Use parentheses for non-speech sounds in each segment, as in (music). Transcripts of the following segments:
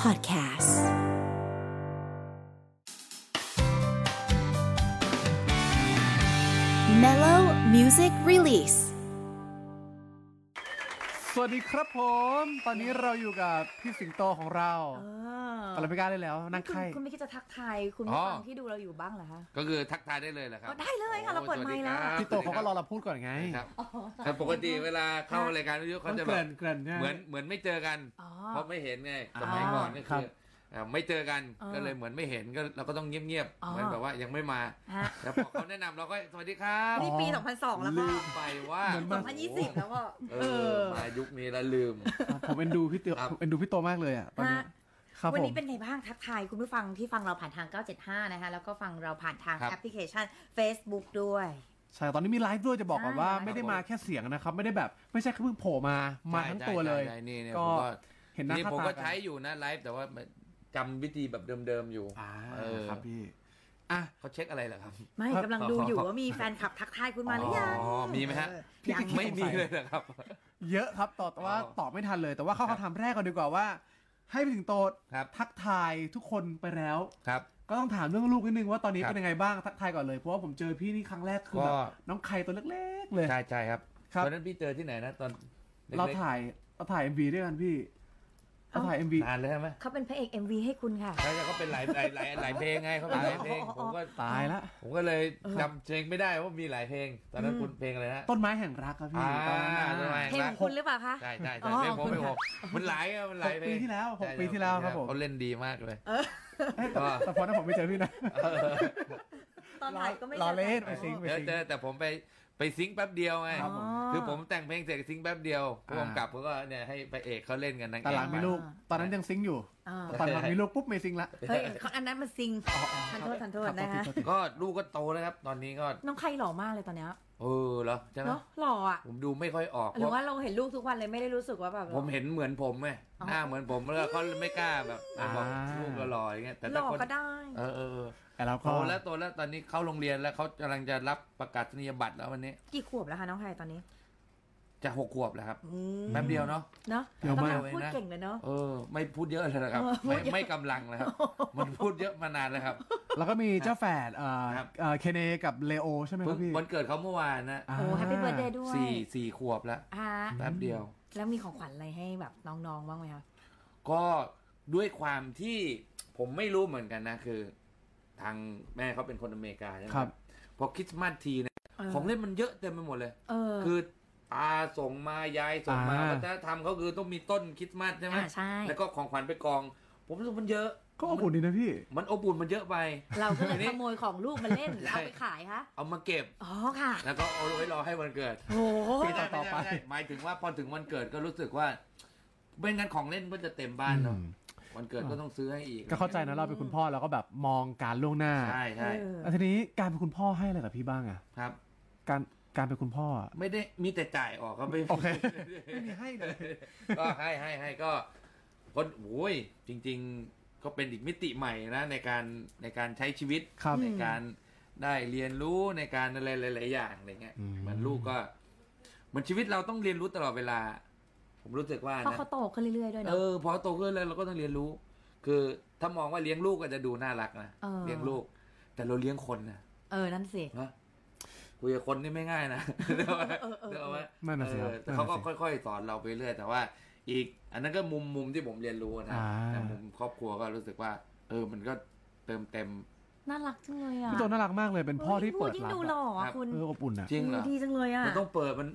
Podcasts. Mellow Music Release. สวัสดีครับผม ตอนนี้เราอยู่กับพี่สิงโตของเรา อา เราละไม่กล้าได้แล้วนั่ง คุณ ไข้ คุณไม่คิดจะทักทายคุณ อ๋ ผู้ อ ฟังที่ดูเราอยู่บ้างเหรอคะ ก็คือทักทายได้เลยแหละครับ อ๋อได้เลยค่ะเราเปิดไมค์แล้ว สสดีครับ พี่โตเขาก็รอเราพูดก่อนไง ครับแต่ปกติเวลาเข้ารายการวิทยุ มั เขา น จะ เก แบ ริ บ นเกรินใช่ไหม เหมือนเหมือนไม่เจอกัน อ๋อ เพราะไม่เห็นไง อ่า สมัยก่อนก็ ครั คื บ อเอ่อไม่เจอกัน อ่า ก็เลยเหมือนไม่เห็นก็เราก็ต้องเงียบ อ๋อๆเหมือนแบบว่ายังไม่มา ฮะ แล้วพอเขาแนะนำเราก็สวัสดีครับ นี่ปี 2002 แล้วก็ ลืมไปว่า เหมือนมัน 2020 แล้วก็ เออมายุคนี้แล้วลืม อ่ะผมเอ็นดูพี่เต๋อ ครับ ผมเอ็นดูพี่โตมากเลยอ่ะตอนนี้ ฮะ ครับ วัน ผม นี้เป็นไงบ้างทักทายคุณผู้ฟังที่ฟังเราผ่านทาง 975 นะคะ แล้วก็ฟังเราผ่านทาง ครับ แอปพลิเคชัน Facebook ด้วย ใช่ ตอนนี้มีไลฟ์ด้วยจะบอกก่อน ใช่ ว่า ไลฟ์ ไม่ได้มาแค่เสียงนะครับ ไม่ได้แบบไม่ใช่แค่เพิ่งโผล่มา มาทั้งตัวเลย ใช่ใช่ใช่นี่เนี่ย ก็ ผมก็ เห็นหน้า นี่ ค่า ผม ตา ก็ น ใช้อยู่นะไลฟ์แต่ว่าจำวิธีแบบเดิมๆอยู่ อ่า เออ ครับพี่อ่ะ เขาเช็คอะไรเหรอครับ ไม่ ครับ กำลังดูอยู่ว่ามีแฟนคลับทักทายคุณมาหรือยัง อ๋อมีไหมฮะ เออ พี่ ยัง ไม่มีเลยนะครับ เยอะครับตอบแต่ว่า อ๋อ ตอบไม่ทันเลย แต่ว่าเข้า ครับ คำถามแรกก่อนดีกว่าว่า ให้พี่สิงโต ครับ ทักทายทุกคนไปแล้ว ครับ ก็ต้องถามเรื่องลูกนิดนึงว่าตอนนี้ ครับ เป็นยังไงบ้างทักทายก่อนเลยเพราะว่าผมเจอพี่นี่ครั้งแรกคือแบบ ก็ น้องไข่ตัวเล็กๆเลย ใช่ใช่ครับ ครับ ตอนนั้นพี่เจอที่ไหนนะตอนล็กๆ เราถ่ายเราถ่าย MV ด้วยกันพี่เรา เอ้า ถ่าย MV นานเลยใช่ไหม เขาเป็นพระเอก MV ให้คุณค่ะ ใช่แล้วก็เป็นหลายหลายหลายหลายเพลงไงเขาเป็นหลายเพลง อ๋ออ๋ออ๋ ผ อ มก็ ตายละ ผมก็เลยจำเพลงไม่ได้ว่ามีหลายเพลง ตอนนั้นคุณเพลงอะไรนะ ต้นไม้แห่งรักครับพี่ อ่า ตอนนั้น ใช่ไหม นะ เพลงของคุณหรือเปล่าคะ ใช่ใช่ อ๋ ใช่ อ เพลงผมเพลง ข ผ อบ ม คุณค่ะ มันหลายอะมันหลายเพลหงกปีที่แล้วหก ใช่ ปีที่แล้วครับผม เขาเล่นดีมากเลย เอ้ยแต่แต่พอนั้นผมไม่เจอพี่นะ ตอนถ่ายก็ไม่ ล้อ ได้ เล่นไปซิงค์ไป เดี๋ยว ซิง เจอ ค์ แต่ผมไปไปซิงค์แป๊บเดียวไง ครับผม คือผมแต่งเพลงเสร็จซิงค์แป๊บเดียวผู้กำกับผมก็เนี่ยให้พระเอกเขาเล่นกันนาง แต่ เอ หลั ก งมีลูกตอนนั้นยังซิงค์อยู่ อ่า แต่ตอนหลังมีลูกปุ๊บไม่ซิงค์ละ เฮ้ยเขาอันนั้นมันซิงทันโทษทันโทษนะคคะรับขอโทษขอโทษ (laughs) ก็ลูกก็โตแล้วครับตอนนี้ก็ น้องใครหล่อมากเลยตอนเนี้ย เออเหรอใช่ไหม เนาะหล่ออ่ะ ผมดูไม่ค่อยออก หรือ เพ ว่า ราะ เราเห็นลูกทุกวันเลยไม่ได้รู้สึกว่าแบบ ผมเห็นเหมือนผมไง อ๋อ หน้าเหมือนผมแล้วก็เขาไม่กล้าแบบบอกลูกก็หล่ออย่างเงี้ยแต่ ห ถ้า ล่อ คน ก็ได้ เออเออเออ แต่เรา โต ก็ แล้วโตแล้วตอนนี้เข้าโรงเรียนแล้วเขากำลังจะรับประกาศนียบัตรแล้ววันนี้ กี่ขวบแล้วคะน้องไทยตอนนี้ จะหกขวบแล้วครับ อืม แป๊บเดียวเนาะ เนาะ เดี๋ยว กำ มา ลังพูดเก่งเลยเนาะ เออ ไม่พูดเยอะเลยนะครับ เออพูด ไม่ เยอะ ไม่กำลังนะครับ มันพูดเยอะมานานแล้วครับ แล้วก็มีเจ้าแฝดเอ่อ ครับ เอ่อเคเนกับเลโอใช่ไหมครัเพิ่ง บพี่ วันเกิดเขาเมื่อวานนะ า โอ้แฮปปี้เบิร์ดเดย์ด้วย สี่สี่ขวบแล้ว อ่า แป๊บเดียว แล้วมีของขวัญอะไรให้แบบน้องๆบ้างไหมคะ ก็ด้วยความที่ผมไม่รู้เหมือนกันนะคือ ทางแม่เขาเป็นคนอเมริกาใช่ไหม ครับ พอคริสต์มาสทีเนี่ย เออ ของเล่นมันเยอะเต็มไปหมดเลย เออ คือตาส่งมายายส่งมา อ่า วัฒนธรรมเขาคือต้องมีต้นคริสต์มาสใช่ไหม อ่าใช่ แล้วก็ของขวัญไปกอง ผมรู้สึกมันเยอะ ก็อบอุ่นดีนะพี่ มันอบอุ่นมันเยอะไป เราก็เล ที ย นี้ ขโมยของลูกมาเล่น ใช่ เอาไปขายคะ เอามาเก็บ อ๋อค่ะ แล้วก็เอาไว้รอให้วันเกิด โอ้โห ไม่ได้ ต่อ ไม่ ไป ได้ไม่ได้หมายถึงว่าพอถึงวันเกิดก็รู้สึกว่าไม่งั้นของเล่นก็จะเต็มบ้านเนาะวันเกิดก็ต้องซื้อให้อีก ก็เข้าใจนะเราเป็นคุณพ่อเราก็แบบมองการล่วงหน้า ใช่ใช่ เออ แล้วทีนี้การเป็นคุณพ่อให้อะไรกับพี่บ้างอะ ครับ การการเป็นคุณพ่ออะ ไม่ได้มีแต่จ่ายออกก็ไม่ โอเค ไม่มีให้เลย ก็ให้ให้ให้ก็คนโอ้ยจริง ๆก็เป็นอีกมิติใหม่นะในการในการใช้ชีวิต ครับ ในการได้เรียนรู้ในการอะไรหลายๆอย่างอะไรเงี้ย อืม เหมันลูกก็เหมือนชีวิตเราต้องเรียนรู้ตลอดเวลา ผมรู้สึกว่า เพราะ นะ เขาโตขึ้นเรื่อยๆด้วย เอ เนาะ อพอโตขึ้นแล้วเราก็ต้องเรียนรู้ คือถ้ามองว่าเลี้ยงลูกก็จะดูน่ารักนะ เออ เลี้ยงลูก แต่เราเลี้ยงคนนะ เออนั่นสิ นะคุยกับคนนี่ไม่ง่ายนะเดี๋ยวว่า เออเออ เดี๋ยวว่า นั่นน่ะสิครับ เออแต่เขาก็ นั่นน่ะสิ ค่อยๆสอนเราไปเรื่อยแต่ว่า อีก อันนั้นก็มุมมุมที่ผมเรียนรู้นะ อ่า แต่มุมครอบครัวก็รู้สึกว่า เออมันก็เติมเต็ม น่ารักจังเลยอ่ะ พี่โตน่ารักมากเลยเป็นพ่อที่เปิด ฮ้ยพูยิ่ง รับ ดูหล่อ ครั อ่ะ บ คุณ เอออบอุ่นอะ จริงเหรอ ดีจังเลยอ่ะ มันต้องเปิดมัน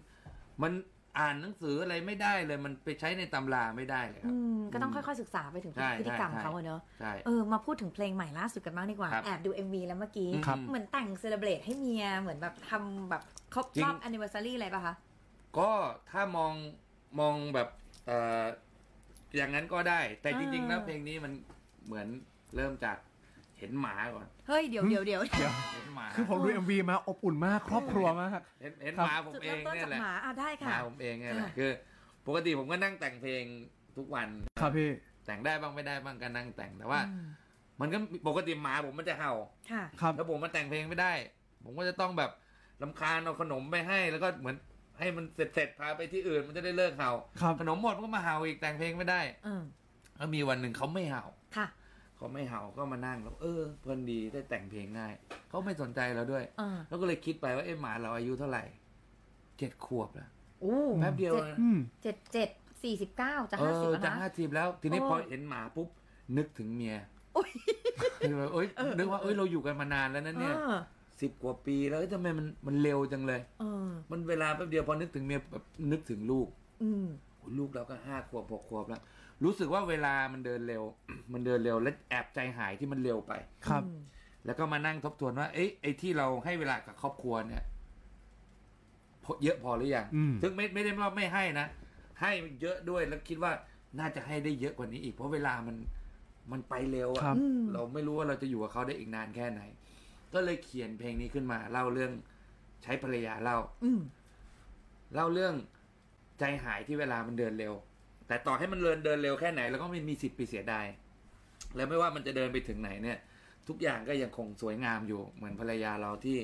มันอ่านหนังสืออะไรไม่ได้เลย มันไปใช้ในตำราไม่ได้เลยครั อื บ มก็ต้องค่อยๆศึกษาไปถึง ใช่ พฤติกรรม ใช่ เขาอะเนอะ ใช่ เออมาพูดถึงเพลงใหม่ล่าสุดกันบ้างดีกว่า ครับ แอบดู MV แล้วเมื่อกี้ ครับ เหมือนแต่งเซเลบรตให้เมีย เหมือนแบบทำแบบครบ จริ รง อบ a n n i v e r s a r y อะไรป่ะคะ ก็ถ้ามองมองแบบเอ่ออย่างนั้นก็ได้ แต่จริงๆแล้ว อ่า เพลงนี้มันเหมือนเริ่มจากเห็นหมาก่อน เฮ้ย เดี๋ยวเดี๋ยวเดี๋ยว เดี๋ยว เห็นหมา คือผมดู MV มาอบอุ่นมากครอบครัวมาก เห็นเห็น ครับ หมาผม จุด เอ เริ่ ง มต้น เนี่ย จาก แหละ หมาอ่ะได้ ห ค่ะ มาผมเองเนี่ยแหละ ค่ะ คือ ปกติผมก็นั่งแต่งเพลงทุกวัน ครับพี่ แต่งได้บ้างไม่ได้บ้างก็นั่งแต่งแต่ว่า อืม มันก็ปกติหมาผมมันจะเห่า ค่ะ ครับ แล้วผมมาแต่งเพลงไม่ได้ ผมก็จะต้องแบบลำคาญเอาขนมไปให้ แล้วก็เหมือนให้มันเสร็จๆพาไปที่อื่นมันจะได้เลิกเห่า ครับ ขนมหมดมันก็มาเห่าอีกแต่งเพลงไม่ได้ เออ แล้วมีวันหนึ่งเขาไม่เห่า ค่ะ เขาไม่เห่าก็มานั่งแล้วเออเพลินดีได้แต่งเพลงง่าย เขาไม่สนใจเราด้วย เออ แล้วก็เลยคิดไปว่าเอ๊ะหมาเราอายุเท่าไหร่เจ็ดขวบแล้ว โอ้ แป๊บเดียว จ็ นะ อืม เจ็ดเจ็ดสี่สิบเก้าจะ เอ ห้าสิบ อ แล้ว จะ นะ ห้าสิบแล้ว ทีนี้ โอ้ พอเห็นหมาปุ๊บนึกถึงเมีย โอ้ย เลยเอ้ยนึกว่าเอ้ยเราอยู่กันมานานแล้วนะเนี่ย เออ สิบกว่าปีแล้วเอ้ยทำไมมันมันเร็วจังเลย เออ มันเวลาแป๊บเดียวพอนึกถึงเมียแบบนึกถึงลูก อืม ลูกเราก็ห้าขวบหกขวบแล้ว รู้สึกว่าเวลามันเดินเร็ว มันเดินเร็วและแอบใจหายที่มันเร็วไป ครับ แล้วก็มานั่งทบทวนว่า เอ๊ะไอ้ที่เราให้เวลากับครอบครัวเนี่ยพอเยอะพอหรือยัง อืม ซึ่งไม่ไม่ได้ว่าไม่ให้นะ ให้เยอะด้วยแล้วคิดว่าน่าจะให้ได้เยอะกว่านี้อีก เพราะเวลามันมันไปเร็ว ครั อะ บ อืม เราไม่รู้ว่าเราจะอยู่กับเขาได้อีกนานแค่ไหน ก็เลยเขียนเพลงนี้ขึ้นมา เล่าเรื่องใช้ภรรยาเล่า อืม เล่าเรื่องใจหายที่เวลามันเดินเร็ว แต่ต่อให้มันเดินเดินเร็วแค่ไหนเราก็ไม่มีสิทธิ์ไปเสียดาย แล้วไม่ว่ามันจะเดินไปถึงไหนเนี่ย ทุกอย่างก็ยังคงสวยงามอยู่ เหมือนภรรยาเราที่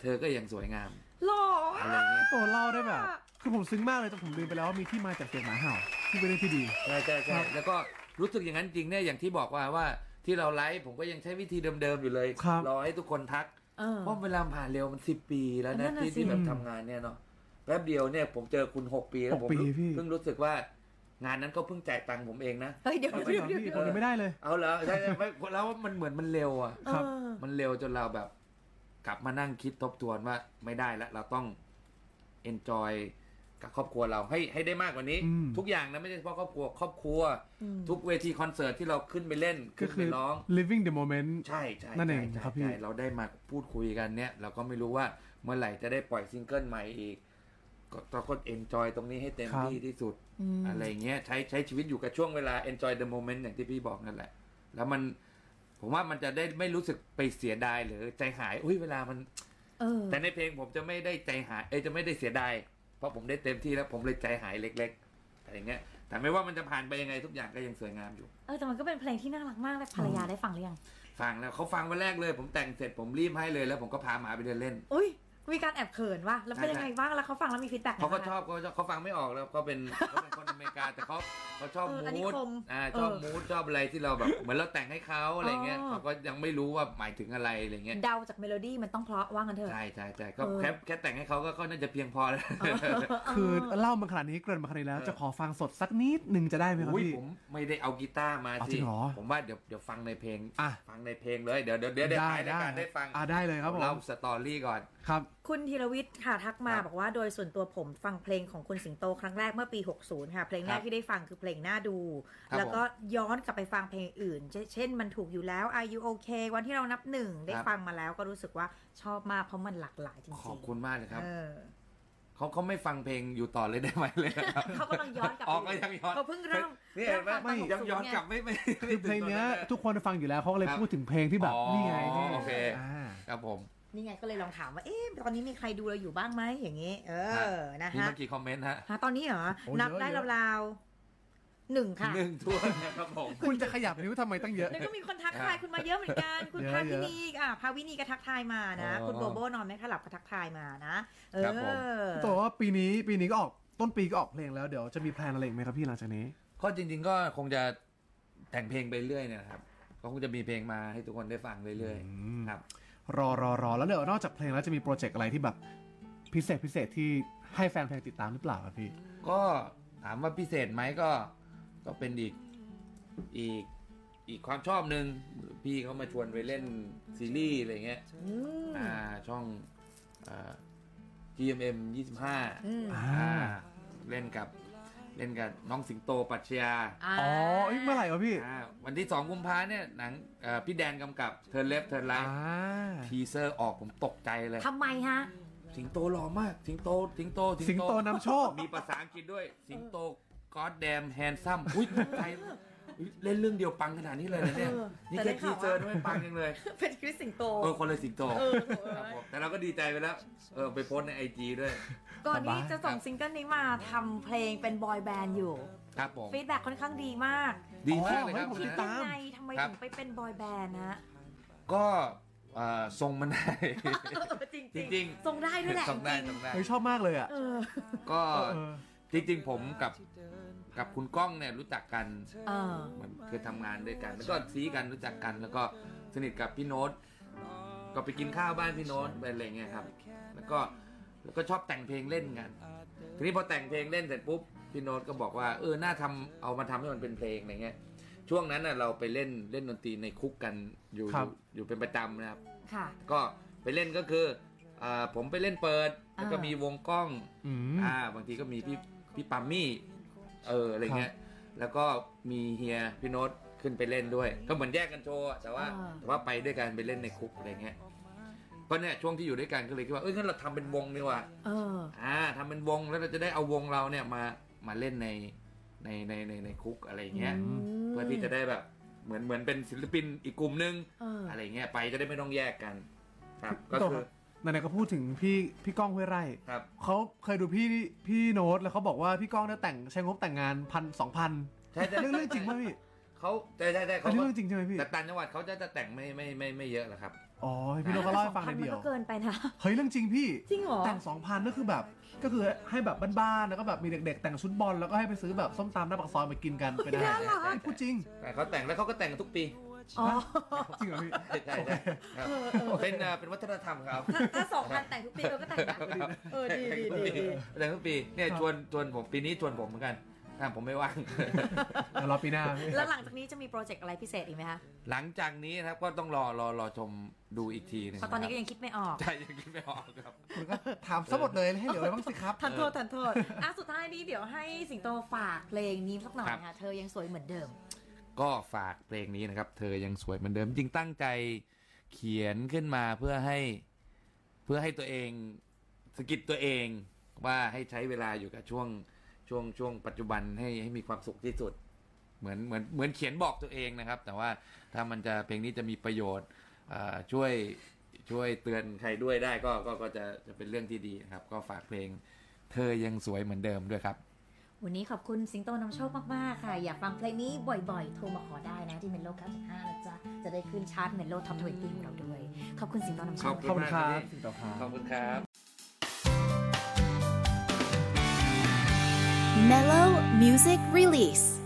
เธอก็ยังสวยงาม หล่อ อะไรเงี้ย โตเล่าได้แบบ คือผมซึ้งมากเลยแต่ผมลืมไปแล้วว่ามีที่มาจากเสียงหมาเห่าที่เป็นเรื่องที่ดี ใช่ใช่ใช่แล้วก็รู้สึกอย่างนั้นจริงเนี่ยอย่างที่บอกว่าว่าที่เราไลฟ์ผมก็ยังใช้วิธีเดิมๆอยู่เลย ครับ รอให้ทุกคนทัก เออ เพราะเวลาผ่านเร็วมันสิบปีแล้ว นั่นนะน่ะ ที่ สิ ที่แบบทำงานเนี่ยเนาะแป๊บเดียวเนี่ยผมเจอคุณหกปีแล้ว ห ผ ก ม ปี รู้ พี่ เพิ่งรู้สึกว่างานนั้นก็เพิ่งจ่ายตังค์ผมเองนะ เฮ้ยเดี๋ยว เอาไป เดก่อนพี่ี๋ยวเดี๋ยวเดี๋ยว ผมยังไม่ได้เลย เอาเหรอใช่ใช่ไม่แล้วมันเหมือนมันเร็วอ่ะ เอ ครับ อ มันเร็วจนเราแบบ กลับมานั่งคิดทบทวนว่าไม่ได้ละเราต้อง enjoy กับครอบครัวเราให้ให้ได้มากกว่านี้ อืม ทุกอย่างนะไม่ใช่เฉพาะครอบครัวครอบครัว อืม ทุกเวทีคอนเสิร์ตที่เราขึ้นไปเล่น ก็ ขึ้น คื ไป อ ร้อง living the moment ใช่ใช่ นั่นเอง ใช่ ครับพี่ ใช่เราได้มาพูดคุยกันเนี่ย เราก็ไม่รู้ว่าเมื่อไหร่จะได้ปล่อยซิงเกิลใหม่อีก ก็เราก็ enjoy ตรงนี้ให้เต็มที่ที่สุด อืม อะไรเงี้ยใช้ใช้ชีวิตอยู่กับช่วงเวลา enjoy the moment อย่างที่พี่บอกนั่นแหละ แล้วมัน ผมว่ามันจะได้ไม่รู้สึกไปเสียดายหรือใจหายอุ้ยเวลามัน เออ แต่ในเพลงผมจะไม่ได้ใจหาย เอยจะไม่ได้เสียดายเพราะผมได้เต็มที่แล้วผมเลยใจหายเล็กๆอะไรเงี้ย แต่ไม่ว่ามันจะผ่านไปยังไงทุกอย่างก็ยังสวยงามอยู่ เออ แต่มันก็เป็นเพลงที่น่ารักมากเลยภรรยาได้ฟังหรือยัง ฟังแล้วเขาฟังวันแรกเลย ผมแต่งเสร็จผมรีบให้เลยแล้ว ผมก็พาหมาไปเดินเล่น อุ้ย มีการแอบเขินว่ะ แล้วเป็น ใช่ ยังไงบ้าง แล้วเขาฟังแล้วมีฟีดแบ็ก เขาก็ชอบเขาชอบเขาฟังไม่ออกแล้วเขาเป็นเขาเป็นคนอเมริกาแต่เขาเขาชอบ เอออันนี้ มูด คม อ่าชอบ เออ มูดชอบอะไรที่เราแบบ เหมือนเราแต่งให้เขาอะไรเงี้ย อ๋อ เขาก็ยังไม่รู้ว่าหมายถึงอะไรอะไรเงี้ย เดาจากเมโลดี้มันต้องเพราะว่างันเถอะ ใช่ใช่ใช่ก็ เออ แค่แค่แต่งให้เขาก็ก็น่าจะเพียงพอแล้ว คือเล่ามาขนาดนี้เกรินมาขนาดนี้แล้ว จะขอฟังสดสักนิดหนึ่งจะได้ไหมครับ อุ้ย พี่ ผมไม่ได้เอากีตาร์มา เอาจ สิ ริงเหรอ ผมว่าเดี๋ยวเดี๋ยวฟังในเพลง อ่ะ ฟังในเพลงเลยเดี๋ยวเดี๋ยวเดี๋ยวได้ถ่ายรายการได้ฟัง อ่าได้เลยครับผม เล่าสตอรี่ก่อน ครับ คุณธีรวิทย์ค่ะทักมา ครับ บอกว่าโดยส่วนตัวผมฟังเพลงของคุณสิงโตครั้งแรกเมื่อปี 60 ค่ะ เพลงแร ค ก รับ ที่ได้ฟังคือเพลงหน้าดู ครับ แล้วก็ย้อนกลับไปฟังเพลงอื่น เช่นเช่นมันถูกอยู่แล้ว Are you okay วันที่เรานับหนึ่งได้ ครับ ฟังมาแล้วก็รู้สึกว่าชอบมากเพราะมันหลากหลายจริง ข ๆ อบคุณมากเลยครับ เออ (laughs) เขาเขาไม่ฟังเพลงอยู่ต่อเลยได้ไหมเลยครับ เขากำลังย้อนกลับ อ๋อ ไป ก็ยังย้อน เขาเพิ่งเริ่ม นี่เห็นไหม เริ่ฟัง ยังย้อนกลับ 60ไ ไม่ไม่ คือเพลงเนี้ย ทุกคนฟังอยู่แล้วเขาก็เลยพูดถึงเพลงที่แบบ อ๋อ นี่ไงนี่ โอเค อ่า ครับผม งนี่ไงก็เลยลองถามว่าเอ๊ะตอนนี้มีใครดูเราอยู่บ้างไหมอย่างนี้ เออนะ มี ฮะ เมื่อกี่คอมเมนต์ฮะ หาตอนนี้เหรอ โอ้เยอะ นับได้ เยอะ ราวๆหนึ่งค่ะ หนึ่งทั่วนนะครับผม คุณจะขยับนิ้วทำไมตั้งเยอะ (laughs) แล้วก็มีคนทักทาย อ่ะ คุณมาเยอะเหมือนกัน คุณ เยอะ พา เย วิ อะ นีอ่ะพาวินีก็ทักทายมานะ อ๋อ คุณโบโบนอนไม่ค่อยหลับก็ทักทายมานะเอ ครับผม อ แต่ว่าปีนี้ปีนี้ก็ออกต้นปีก็ออกเพลงแล้วเดี๋ยวจะมีแพลนอะไรอีกไหมครับพี่หลังจากนี้ (laughs) ก็จริง ๆ ก็คงจะแต่งเพลงไปเรื่อยเนี่ยนะครับ ก็คงจะมีเพลงมาให้ทุกคนได้ฟังเรื่อยๆครับ รอรอรอแล้วเดี๋ยวนอกจากเพลงแล้วจะมีโปรเจกต์อะไรที่แบบพิเศษพิเศษที่ให้แฟนเพลงติดตามหรือเปล่าครับพี่ ก็ถามว่าพิเศษไหมก็ก็เป็นอีกอีกอีกความชอบหนึ่งพี่เขามาชวนไปเล่นซีรีส์อะไรเงี้ย อืม อ่าช่องอ่า GMM 25 อืม อ่า อ่าเล่นกับเล่นกับน้องสิงโตปรัชญา า อ๋อเอ้ยเมื่อไหร่วะพี่ อ่าวันที่ 2 กุมภาเนี่ยหนังเอ่อพี่แดนกำกับเธอเล็บเธอไล อ่า ทีเซอร์ออกผมตกใจเลย ทำไมฮะ สิงโตหล่อมาก สิงโต สิงโต สิงโตนำโชค มีภาษาอังกฤษด้วย สิงโตก o อ d แดมแฮนซัมอุ้ยตกใจอุ๊ยเล่นเรื่องเดียวปังขนาดนี้เลยนะเนี่ย เออ นี่ แต่ได้ แค่ที ข่าว เซอร์ ว่า ด้วยปังยังเลย เป็นคริสสิงโต เออ คนเลยสิงโต เออโถ่ ครับ เอ้ย ผมแต่เราก็ดีใจไปแล้ว เออ ไปโพสต์ในไอจีด้วย ก่อน สบาย นี้จะส่งซิงเกิลนี้มาทำเพลงเป็นบอยแบนด์อยู่ ครับผม ฟีดแบ็ค่อนข้างดีมาก ดีมากเลยครับ อ๋อให้ผมติดตาม ยังไงทำไม ครับ ถึงไปเป็นบอยแบนด์นะ ก็เอ่อทรงมันได้ เออจริง จ จ ริ ริงงๆ ทรงได้ด้วยแหละ ทรงได้ทรงได้ เฮ้ยชอบมากเลยอ่ะ เออ ก็ เออ จริงๆผมกับ กับคุณก้องเนี่ยรู้จักกัน เออ เหมือนเคยทำงานด้วยกันแล้วก็ซีกันรู้จักกัน แล้วก็สนิทกับพี่โน้ตก็ไปกินข้าวบ้านพี่โน้ตไปอะไรเงี้ยครับ แล้วก็แล้วก็ชอบแต่งเพลงเล่นกัน ทีนี้พอแต่งเพลงเล่นเสร็จปุ๊บพี่โน้ตก็บอกว่าเออน่าทำเอามาทำให้มันเป็นเพลงอะไรเงี้ย ช่วงนั้นน่ะเราไปเล่นเล่นดนตรีในคุกกันอยู่ ครับ อยู่เป็นประจำนะครับ ค่ะ ก็ไปเล่นก็คืออ่าผมไปเล่นเปิดแล้วก็ อ่ามี มีวงกล้อง อืม อ่าบางทีก็มีพี่พี่ปัมมี่เอออะไรเงี้ยแล้วก็มีเฮียพี่โน้ตขึ้นไปเล่นด้วย ก็เหมือนแยกกันโชว์อะแต่ว่า อ่า แต่ว่าไปด้วยกันไปเล่นในคุกอะไรเงี้ยก็เนี่ยช่วงที่อยู่ด้วยกันก็เลยคิดว่าเอ้ยงั้นเราทำเป็นวงดีกว่า เออ อ่าทำเป็นวงแล้วเราจะได้เอาวงเราเนี่ยมามาเล่นในในในในในคุกอะไรเงี้ย อื เพื่อที่จะได้แบบเหมือนเหมือนเป็นศิลปินอีกกลุ่มนึง เอออ อะไรเงี้ยไปจะได้ไม่ต้องแยกกันครับ พี่ ก็ โต คื รั อบ ไหนๆก็พูดถึงพี่พี่ก้องห้วยไร่ ครับ เขาเคยดูพี่พี่โน้ตแล้วเขาบอกว่าพี่ก้องเนี่ยแต่งใช้งบแต่งงานพันสองพัน ใช่ใช่ เรื่องเรื่องจริงป่ะพี่ เขาใช่ใช่ใช่ อั เขา นนี้ ก็ เรื่องจริงใช่ไหมพี่ แต่ต่างจังหวัดเขาจะจะแต่งไม่ไม่ไม่ไม่เยอะหรอกครับ อ๋อให้พี่โน้ตเขาเล่าให้ฟังใน พัน เดียว ก็เกินไปนะ เฮ้ยเรื่องจริงพี่ จริงเหรอ แต่งสองพันก็คือแบบ ก็คือให้แบบบ้านๆ แล้วก็แบบมีเด็กๆ แต่งชุดบอลแล้วก็ให้ไปซื้อแบบส้มตำหน้าปากซอยมากินกันเป็นอาหาร น่ารัก พูดจริง แต่เขาแต่งแล้วเขาก็แต่งกันทุกปี อ๋อ จริงเหรอพี่ ใช่ใช่ใช่ครับเป็นอ่าเป็นวัฒนธรรมครับ ถ้าถ้าสองพันแต่งทุกปีเราก็แต่งนะเออดีดีดีดี แต่งทุกปีเนี่ยชวนชวนผมปีนี้ชวนผมเหมือนกันอ่าผมไม่ว่าง เดี๋ยวรอปีหน้าพี่ แล้วหลังจากนี้จะมีโปรเจกต์อะไรพิเศษอีกไหมคะ หลังจากนี้นะครับก็ต้องรอรอรอชมดูอีกทีหนึง เพราะตอนนี้ก็ยังคิดไม่ออก ใช่ยังคิดไม่ออกครับ คุณก็ถามซะหมดเลยให้เหลือไว้บ้างสิครับ ทันโทษทันโทษอ่ะสุดท้ายนี้เดี๋ยวให้สิงโตฝากเพลงนี้สักหน่อย ครับ ค่ะ (laughs) เธอยังสวยเหมือนเดิม ก็ฝากเพลงนี้นะครับ เธอยังสวยเหมือนเดิมจริงตั้งใจเขียนขึ้นมาเพื่อให้เพื่อให้ตัวเองสะกิดตัวเองว่าให้ใช้เวลาอยู่กับช่วงช่วงช่วงปัจจุบันให้ให้มีความสุขที่สุด เหมือนเหมือนเหมือนเขียนบอกตัวเองนะครับ แต่ว่าถ้ามันจะเพลงนี้จะมีประโยชน์เอ่อช่วยช่วยเตือนใครด้วยได้ก็ก็ก็จะจะเป็นเรื่องที่ดีนะครับ ก็ฝากเพลง เธอยังสวยเหมือนเดิมด้วยครับ วันนี้ขอบคุณสิงโตนำโชคมาก ๆ ค่ะ อยากฟังเพลงนี้บ่อย ๆ โทรมาขอได้นะ ที่เมนโล95นะจ๊ะ จะได้ขึ้นชาร์ตเมนโลท็อป20ของเราด้วย ขอบคุณสิงโตนำโชค ขอบ ขอบคุณครับสิ่งต่อค ข รั อบบ คุณครับ Mellow Music Release.